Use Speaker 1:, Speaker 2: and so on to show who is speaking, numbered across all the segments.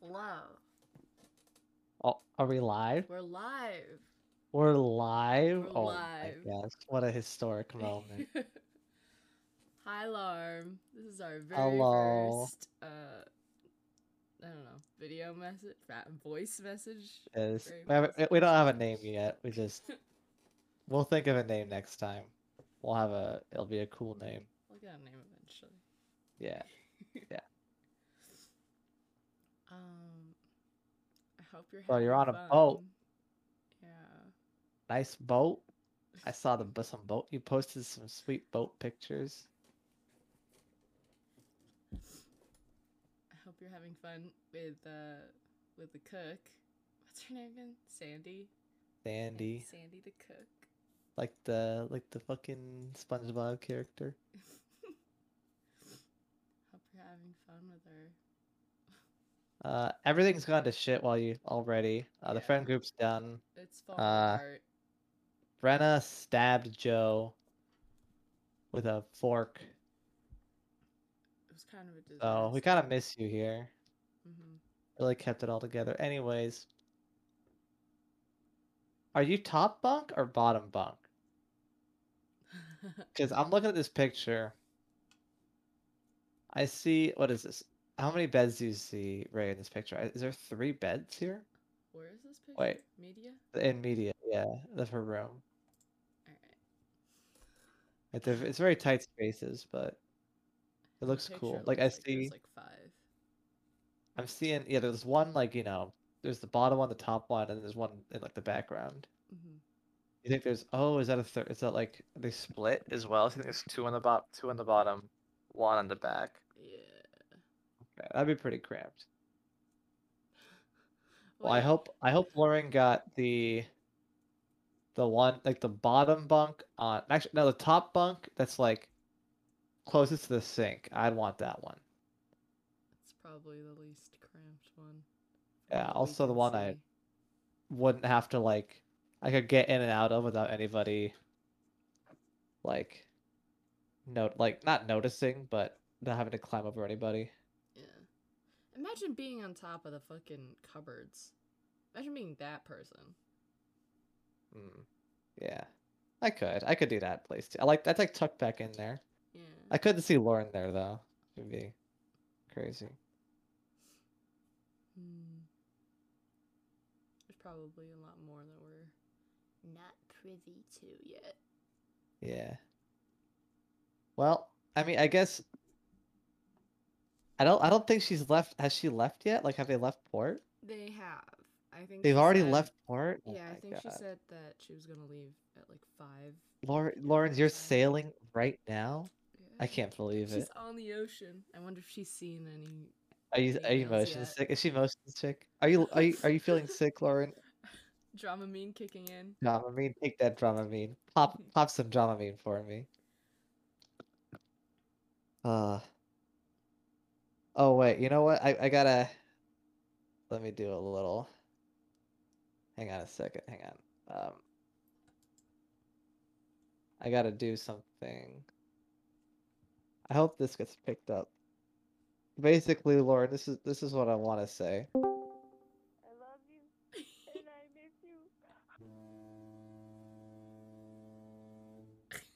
Speaker 1: Hello.
Speaker 2: Oh, are we live?
Speaker 1: We're live.
Speaker 2: We're live.
Speaker 1: We're
Speaker 2: oh
Speaker 1: live.
Speaker 2: my gosh, what a historic moment!
Speaker 1: Hi, Larm. This is our very
Speaker 2: Hello.
Speaker 1: first, uh, I don't know, video message, uh, voice message.
Speaker 2: It is-
Speaker 1: Very
Speaker 2: we, haven't-
Speaker 1: much.
Speaker 2: we don't have a name yet. We just we'll think of a name next time. We'll have a. It'll be a cool name.
Speaker 1: We'll get a name eventually.
Speaker 2: Yeah.
Speaker 1: Um, I hope you're.
Speaker 2: Well, you're
Speaker 1: having
Speaker 2: on a boat.
Speaker 1: fun. Yeah.
Speaker 2: Nice boat. I saw the bu- some boat. You posted some sweet boat pictures.
Speaker 1: I hope you're having fun with uh with the cook. What's her name again? Sandy.
Speaker 2: Sandy,
Speaker 1: Sandy the cook.
Speaker 2: like the like the fucking SpongeBob character.
Speaker 1: Hope you're having fun with her.
Speaker 2: Uh, everything's gone to shit while you already. Uh, The
Speaker 1: Yeah.
Speaker 2: friend group's done.
Speaker 1: It's falling
Speaker 2: Uh,
Speaker 1: apart.
Speaker 2: Brenna stabbed Joe with a fork.
Speaker 1: It was kind of a disaster.
Speaker 2: So oh, we kind of miss you here.
Speaker 1: Mhm.
Speaker 2: Really kept it all together. Anyways, are you top bunk or bottom bunk?
Speaker 1: Mm-hmm.
Speaker 2: Because I'm looking at this picture. I see what is this? How many beds do you see, Ray, in this picture? I- Is there three beds here
Speaker 1: Where is this picture?
Speaker 2: Wait.
Speaker 1: Media.
Speaker 2: in media? Yeah, of her room.
Speaker 1: All right.
Speaker 2: It's a, it's very tight spaces, but it looks cool. Like I see.
Speaker 1: There's like five.
Speaker 2: I'm seeing yeah, there's one like, you know, there's the bottom one, the top one, and there's one in like the background.
Speaker 1: Mhm.
Speaker 2: You think there's oh, is that a third is that like they split as well? So you think there's two on the bottom two on the bottom, one on the back.
Speaker 1: Yeah.
Speaker 2: Okay, that'd be pretty cramped. Well I
Speaker 1: Wait,
Speaker 2: hope I hope Lauren got the the one like the bottom bunk on actually no the top bunk that's like closest to the sink. I'd want that one.
Speaker 1: It's probably the least cramped one. from
Speaker 2: Yeah,
Speaker 1: what we
Speaker 2: also the
Speaker 1: can
Speaker 2: one I-
Speaker 1: see.
Speaker 2: wouldn't have to like I could get in and out of without anybody like no like not noticing but not having to climb over anybody.
Speaker 1: Yeah. Imagine being on top of the fucking cupboards. Imagine being that person.
Speaker 2: Mm. Yeah. I could. I could do that place too. I like that's like tucked back in there.
Speaker 1: Yeah.
Speaker 2: I couldn't see Lauren there though. It'd be crazy.
Speaker 1: Hmm. There's probably a lot more that we're not privy to yet.
Speaker 2: Yeah. Well, I mean I guess I don't I don't think she's left has she left yet? Like have they left port?
Speaker 1: They have. I think
Speaker 2: They've
Speaker 1: she
Speaker 2: already
Speaker 1: said-
Speaker 2: left port? Oh
Speaker 1: Yeah, I
Speaker 2: my
Speaker 1: think she
Speaker 2: God.
Speaker 1: said that she was gonna leave at like five.
Speaker 2: Laur Lawrence, you're
Speaker 1: Yeah.
Speaker 2: sailing right now? I
Speaker 1: Yeah.
Speaker 2: can't believe
Speaker 1: Mm. She's
Speaker 2: it.
Speaker 1: on the ocean. I wonder if she's seen any.
Speaker 2: Are you are you
Speaker 1: emails
Speaker 2: motion
Speaker 1: yet.
Speaker 2: sick? Is she motion sick? Are you are you are you feeling sick, Lauren?
Speaker 1: Dramamine kicking in.
Speaker 2: Dramamine, take that Dramamine. Pop pop some Dramamine for me. Uh Oh wait, you know what? I I gotta let me do a little. Hang on a second. Hang on. Um, I gotta do something. I hope this gets picked up. Basically, Lauren, this is this is what I want to say.
Speaker 3: I love you and I miss you.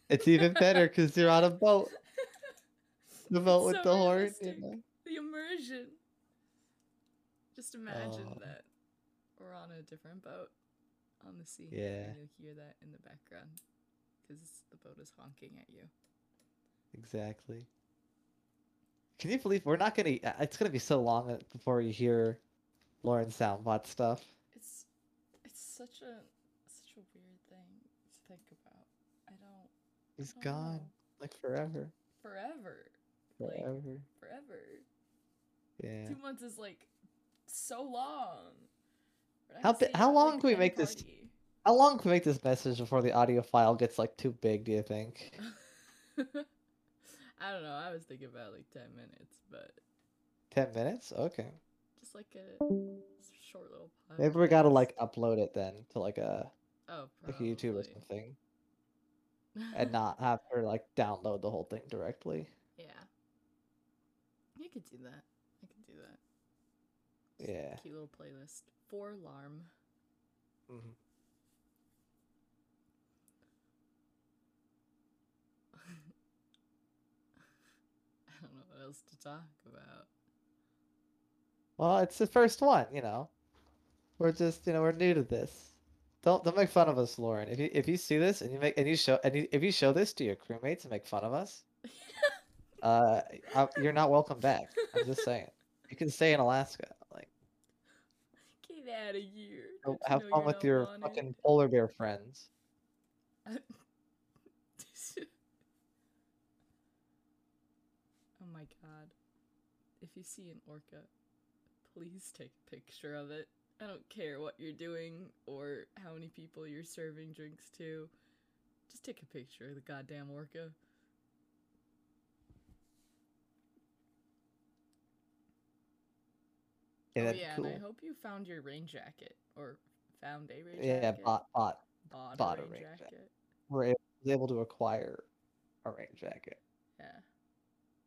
Speaker 2: It's even better because you're on a boat. The boat with
Speaker 1: so
Speaker 2: the horn. You
Speaker 1: realistic.
Speaker 2: know?
Speaker 1: The immersion. Just imagine
Speaker 2: Oh.
Speaker 1: that we're on a different boat on the sea.
Speaker 2: Yeah.
Speaker 1: And you'll hear that in the background because the boat is honking at you.
Speaker 2: Exactly. Can you believe we're not gonna? uh, It's gonna be so long that- before you hear Lauren soundbot stuff.
Speaker 1: It's it's such a such a weird thing to think about. I don't.
Speaker 2: He's
Speaker 1: I don't
Speaker 2: gone
Speaker 1: know.
Speaker 2: like forever,
Speaker 1: forever, Like-
Speaker 2: forever.
Speaker 1: forever.
Speaker 2: Yeah.
Speaker 1: Two months is like so long. We're not gonna
Speaker 2: How bi-
Speaker 1: stay
Speaker 2: how
Speaker 1: out,
Speaker 2: long
Speaker 1: like,
Speaker 2: can we
Speaker 1: at a
Speaker 2: make this-
Speaker 1: party.
Speaker 2: How long can we make this message before the audio file gets like too big? Do you think?
Speaker 1: I don't know. I was thinking about like ten minutes, but
Speaker 2: Ten minutes? Okay.
Speaker 1: just like a short little podcast.
Speaker 2: Maybe we gotta like upload it then to like a
Speaker 1: oh,
Speaker 2: like a YouTube or
Speaker 1: probably.
Speaker 2: something, and not have her like download the whole thing directly.
Speaker 1: yeah, you could do that. I could do that.
Speaker 2: Yeah.
Speaker 1: Cute little playlist. For Larm.
Speaker 2: Mhm.
Speaker 1: I don't know what else to talk about.
Speaker 2: Well, it's the first one, you know. We're just, you know, we're new to this. Don't don't make fun of us, Lauren. If you if you see this and you make and you show and you, if you show this to your crewmates and make fun of us, uh, I, you're not welcome back. I'm just saying. You can stay in Alaska. Like,
Speaker 1: Get out of here.
Speaker 2: go
Speaker 1: Don't you
Speaker 2: have
Speaker 1: know
Speaker 2: fun
Speaker 1: you're
Speaker 2: with
Speaker 1: not
Speaker 2: your
Speaker 1: wanted?
Speaker 2: fucking polar bear friends.
Speaker 1: oh my god. If you see an orca, please take a picture of it. I don't care what you're doing or how many people you're serving drinks to. Just take a picture of the goddamn orca.
Speaker 2: Yeah,
Speaker 1: oh
Speaker 2: that'd be
Speaker 1: yeah, and I
Speaker 2: cool.
Speaker 1: hope you found your rain jacket or found a rain
Speaker 2: Yeah,
Speaker 1: jacket.
Speaker 2: bot bot.
Speaker 1: bought,
Speaker 2: bought
Speaker 1: a
Speaker 2: a
Speaker 1: rain,
Speaker 2: rain
Speaker 1: jacket.
Speaker 2: jacket. We're a- was able to acquire a rain jacket.
Speaker 1: Yeah,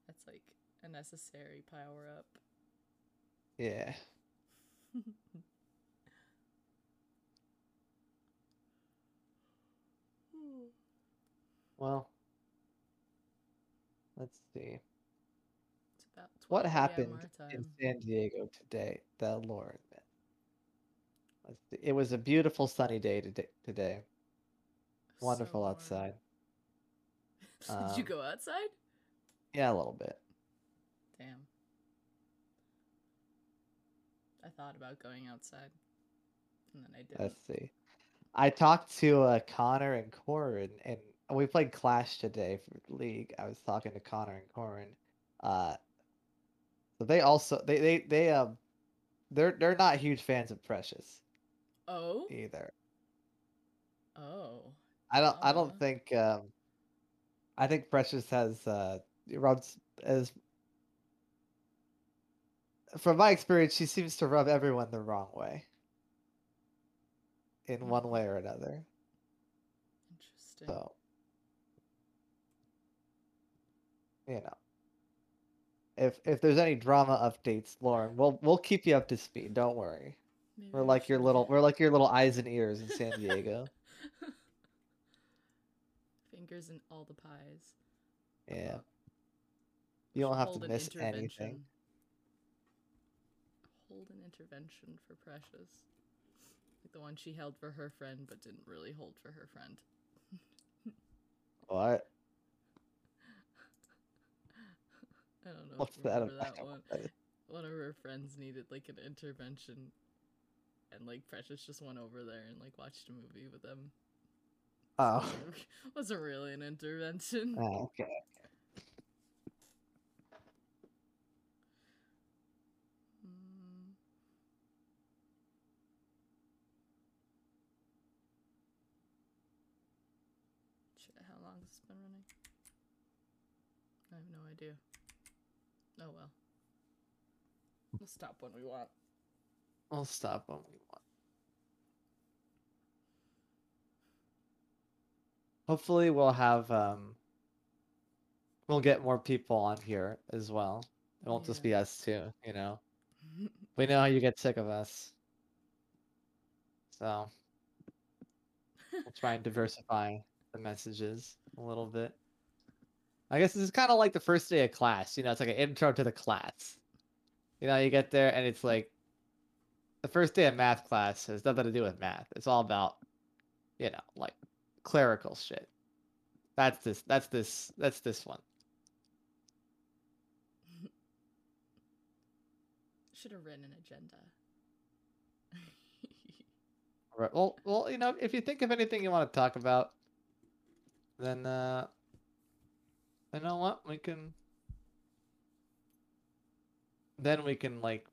Speaker 1: that's like a necessary power up.
Speaker 2: Yeah. Well, let's see.
Speaker 1: It's about 12
Speaker 2: What
Speaker 1: a.m.
Speaker 2: happened
Speaker 1: our
Speaker 2: in
Speaker 1: time.
Speaker 2: San Diego today that Lauren met? Let's see. It was a beautiful sunny day today. today.
Speaker 1: So
Speaker 2: Wonderful
Speaker 1: warm.
Speaker 2: outside.
Speaker 1: Did you
Speaker 2: Um,
Speaker 1: go outside?
Speaker 2: Yeah, a little bit.
Speaker 1: Damn. I thought about going outside, and then I didn't.
Speaker 2: Let's see. I talked to uh, Connor and Corin, and we played Clash today for League. I was talking to Connor and Corin. Uh, so they also they they they um they're they're not huge fans of Precious
Speaker 1: Oh,
Speaker 2: either.
Speaker 1: oh,
Speaker 2: I don't I
Speaker 1: Uh.
Speaker 2: don't think um I think Precious has uh runs as from my experience she seems to rub everyone the wrong way
Speaker 1: Mm.
Speaker 2: in one way or another.
Speaker 1: interesting.
Speaker 2: So you know. If if there's any drama updates, Lauren, we'll we'll keep you up to speed, don't worry.
Speaker 1: Maybe
Speaker 2: We're
Speaker 1: I
Speaker 2: like your
Speaker 1: should-
Speaker 2: little we're like your little eyes and ears in San Diego.
Speaker 1: Fingers in all the pies.
Speaker 2: Yeah.
Speaker 1: Uh, should
Speaker 2: You don't have
Speaker 1: hold
Speaker 2: to
Speaker 1: an
Speaker 2: miss anything.
Speaker 1: intervention. Hold an intervention for Precious. Like the one she held for her friend but didn't really hold for her friend.
Speaker 2: What?
Speaker 1: I don't know. if
Speaker 2: What's
Speaker 1: you
Speaker 2: that
Speaker 1: remember
Speaker 2: about?
Speaker 1: that one.
Speaker 2: That is-
Speaker 1: One of her friends needed like an intervention and like Precious just went over there and like watched a movie with them.
Speaker 2: Oh,
Speaker 1: Wasn't really an intervention.
Speaker 2: oh, okay.
Speaker 1: Mm. Shit, how long has this been running? I have no idea. Oh well. We'll stop when we want.
Speaker 2: We'll stop when we want. Hopefully, we'll have um, we'll get more people on here as well. It won't just
Speaker 1: Yeah.
Speaker 2: be us too, you know. We know how you get sick of us, so we'll try and diversify the messages a little bit. I guess this is kind of like the first day of class. You know, it's like an intro to the class. You know, you get there and it's like the first day of math class has nothing to do with math. It's all about, you know, like clerical shit. That's this. That's this. That's this one.
Speaker 1: Should have written an agenda.
Speaker 2: Right. Well, well, you know, if you think of anything you want to talk about, then uh, you know what we can. Then we can like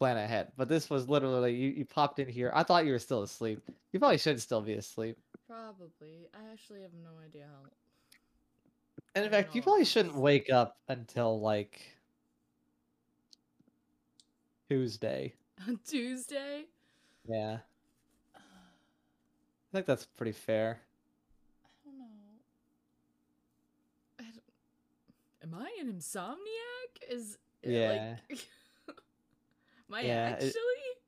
Speaker 2: plan ahead. But this was literally you. You popped in here. I thought you were still asleep. You probably should still be asleep.
Speaker 1: Probably. I actually have no idea how.
Speaker 2: And in
Speaker 1: I don't
Speaker 2: fact, you
Speaker 1: know,
Speaker 2: probably
Speaker 1: it's-
Speaker 2: shouldn't wake up until like Tuesday.
Speaker 1: On Tuesday?
Speaker 2: Yeah,
Speaker 1: I
Speaker 2: I think that's pretty fair.
Speaker 1: don't know. I don't... Am I an insomniac? Is it
Speaker 2: Yeah.
Speaker 1: like. I
Speaker 2: Yeah,
Speaker 1: actually?
Speaker 2: it-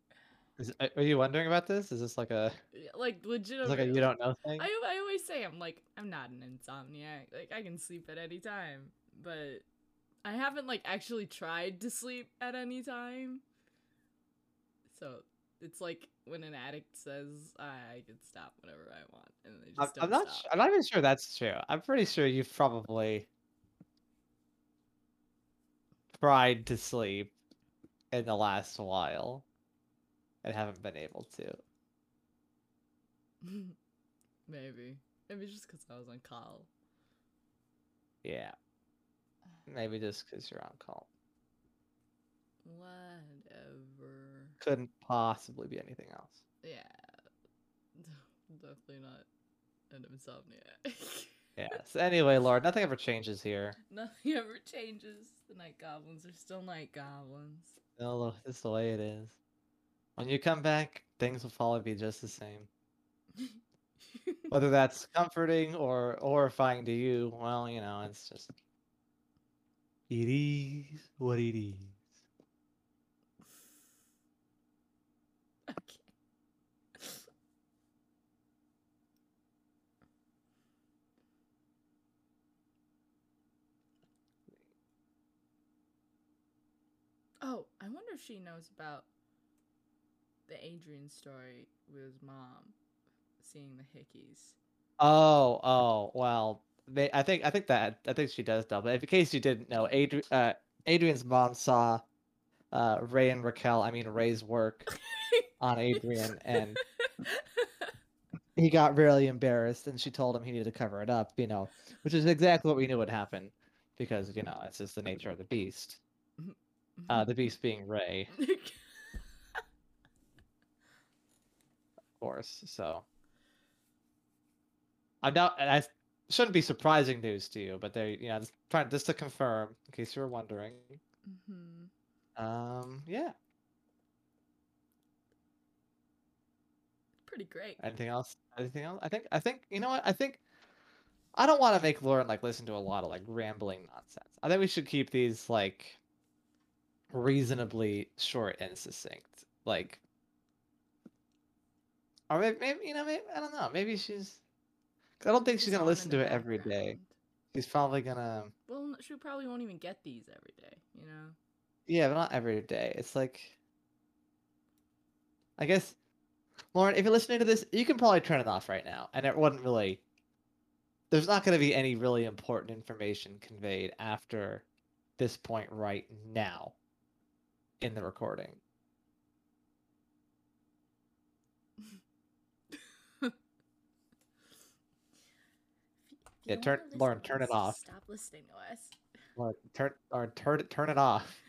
Speaker 2: Is, are- are you wondering about this? Is this like a
Speaker 1: Yeah, like legit.
Speaker 2: it's like a you don't know thing?
Speaker 1: I, I always say I'm like I'm not an insomniac. Like I can sleep at any time, but I haven't like actually tried to sleep at any time. So it's like when an addict says I, I can stop whenever I want, and they
Speaker 2: I'm,
Speaker 1: just
Speaker 2: I'm
Speaker 1: don't
Speaker 2: not. su-
Speaker 1: stop.
Speaker 2: I'm not even sure that's true. I'm pretty sure you've probably tried to sleep in the last while and haven't been able to.
Speaker 1: Maybe. Maybe it's just because I was on call.
Speaker 2: Yeah, maybe just because you're on call.
Speaker 1: Whatever.
Speaker 2: Couldn't possibly be anything else.
Speaker 1: Yeah. Definitely not an insomniac.
Speaker 2: Yeah. So anyway, Lord, nothing ever changes here.
Speaker 1: Nothing ever changes. The night goblins are still night goblins.
Speaker 2: No, look, this is the way it is. When you come back, things will probably be just the same. Whether that's comforting or horrifying to you, well, you know, it's just it is what it is.
Speaker 1: okay. Oh, I wonder if she knows about the Adrian story with his mom seeing the hickeys.
Speaker 2: Oh, oh, well, they, I think I think that I think she does though. But in case you didn't know, Adri- uh, Adrian's mom saw uh, Ray and Raquel. I mean Ray's work on Adrian, and he got really embarrassed. And she told him he needed to cover it up. You know, which is exactly what we knew would happen, because you know it's just the nature of the beast. Uh, the beast being Ray. course. So I'm not. I shouldn't be surprising news to you, but they, you know, just trying just to confirm in case you were wondering.
Speaker 1: hmm
Speaker 2: Um, yeah.
Speaker 1: Pretty great.
Speaker 2: Anything else? Anything else? I think. I think. You know what? I think. I don't want to make Lauren like listen to a lot of like rambling nonsense. I think we should keep these like reasonably short and succinct. Like, or maybe, maybe you know, maybe I don't know. Maybe she's. 'cause I don't think she's
Speaker 1: Just
Speaker 2: gonna
Speaker 1: on in
Speaker 2: listen
Speaker 1: the
Speaker 2: to it every day.
Speaker 1: background.
Speaker 2: She's probably gonna.
Speaker 1: Well, n- she probably won't even get these every day, you know?
Speaker 2: Yeah, but not every day. It's like. I guess, Lauren, if you're listening to this, you can probably turn it off right now, and it wouldn't really. There's not going to be any really important information conveyed after this point right now in the recording.
Speaker 1: If you
Speaker 2: Yeah,
Speaker 1: don't
Speaker 2: turn-
Speaker 1: wanna listen
Speaker 2: Lauren,
Speaker 1: to
Speaker 2: turn
Speaker 1: us,
Speaker 2: it off.
Speaker 1: Stop listening to us.
Speaker 2: Or turn or turn it turn it off.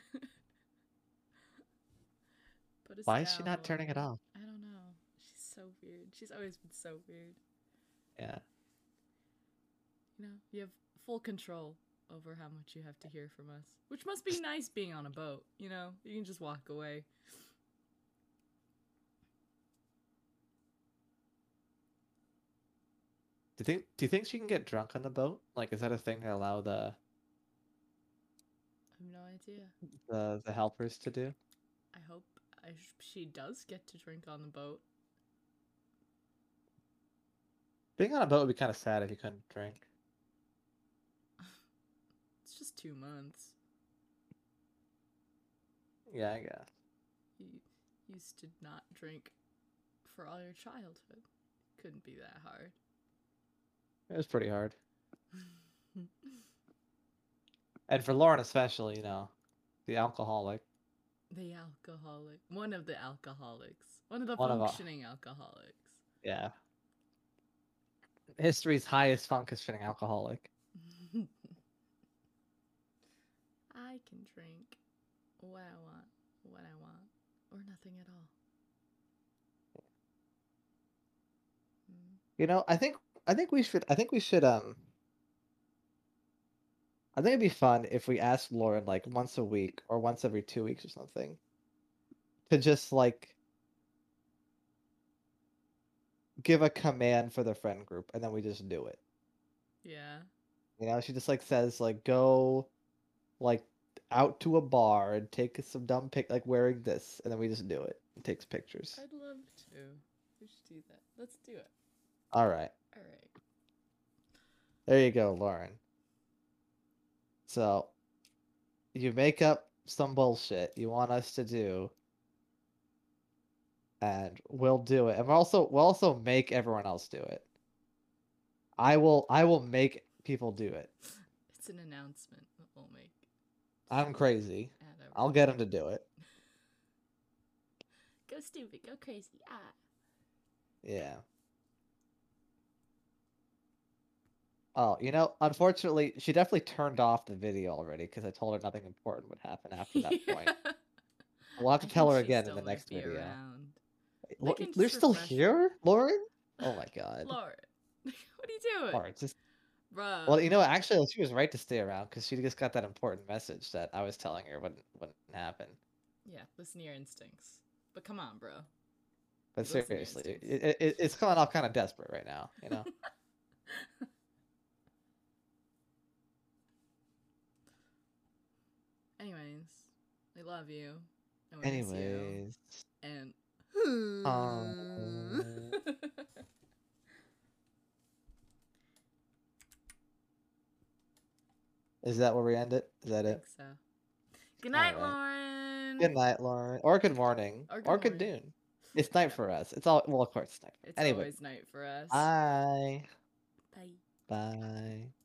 Speaker 1: Put us
Speaker 2: Why is she
Speaker 1: down,
Speaker 2: not turning it
Speaker 1: Lauren.
Speaker 2: off?
Speaker 1: I don't know. She's so weird. She's always been so weird.
Speaker 2: Yeah.
Speaker 1: You know, you have full control over how much you have to hear from us, which must be nice being on a boat, you know? You can just walk away.
Speaker 2: Do you think do you think she can get drunk on the boat? Like, is that a thing they allow the
Speaker 1: I have no idea.
Speaker 2: the, the helpers to do?
Speaker 1: I hope I sh- she does get to drink on the boat.
Speaker 2: Being on a boat would be kind of sad if you couldn't drink.
Speaker 1: It's just two months.
Speaker 2: Yeah, I guess.
Speaker 1: You used to not drink for all your childhood. Couldn't be that hard.
Speaker 2: It was pretty hard. And for Lauren especially, you know, the alcoholic.
Speaker 1: the alcoholic. One of the alcoholics. One of the
Speaker 2: One of our-
Speaker 1: functioning alcoholics.
Speaker 2: Yeah. History's highest functioning alcoholic.
Speaker 1: I can drink what I want, what I want, or nothing at all. Mm.
Speaker 2: You know, I think I think we should I think we should um I think it'd be fun if we asked Lauren like once a week or once every two weeks or something to just like give a command for the friend group and then we just do it.
Speaker 1: Yeah.
Speaker 2: You know, she just like says like go like out to a bar and take some dumb pic, like wearing this, and then we just do it. It takes pictures.
Speaker 1: I'd love to. We should do that. Let's do it.
Speaker 2: All right.
Speaker 1: All right.
Speaker 2: There you go, Lauren. So, you make up some bullshit you want us to do, and we'll do it. And we'll also we'll also make everyone else do it. I will I will make people do it.
Speaker 1: It's an announcement that we'll make.
Speaker 2: I'm crazy.
Speaker 1: at our-
Speaker 2: I'll get them to do it.
Speaker 1: Go stupid. Go crazy. Ah.
Speaker 2: Yeah. Oh, you know, unfortunately, she definitely turned off the video already because I told her nothing important would happen after that point.
Speaker 1: Yeah.
Speaker 2: We'll have to
Speaker 1: I
Speaker 2: tell
Speaker 1: think she
Speaker 2: her again in
Speaker 1: still
Speaker 2: the
Speaker 1: might
Speaker 2: next
Speaker 1: be
Speaker 2: video.
Speaker 1: around.
Speaker 2: Lo-
Speaker 1: can
Speaker 2: they're
Speaker 1: just
Speaker 2: still
Speaker 1: refresh it.
Speaker 2: here, Lauren? Oh my god.
Speaker 1: Lauren, uh, what are you doing?
Speaker 2: Lauren, just
Speaker 1: Bruh.
Speaker 2: well, you know, actually, she was right to stay around because she just got that important message that I was telling her wouldn't wouldn't happen.
Speaker 1: Yeah, listen to your instincts. But come on, bro.
Speaker 2: But
Speaker 1: Listen to your
Speaker 2: seriously, it,
Speaker 1: instincts.
Speaker 2: it, it- it's coming off kind of desperate right now, you know.
Speaker 1: Anyways, we love you. and we miss you,
Speaker 2: Anyways,
Speaker 1: And.
Speaker 2: Um, is that where we end it? Is that it?
Speaker 1: think so. Good night,
Speaker 2: Alright.
Speaker 1: Lauren.
Speaker 2: Good night, Lauren, or good morning,
Speaker 1: Or
Speaker 2: or
Speaker 1: good
Speaker 2: good,
Speaker 1: morning.
Speaker 2: noon. It's night for us. It's all well, of course, it's night.
Speaker 1: It's
Speaker 2: anyway,
Speaker 1: always night for us.
Speaker 2: bye,
Speaker 1: Bye.
Speaker 2: bye.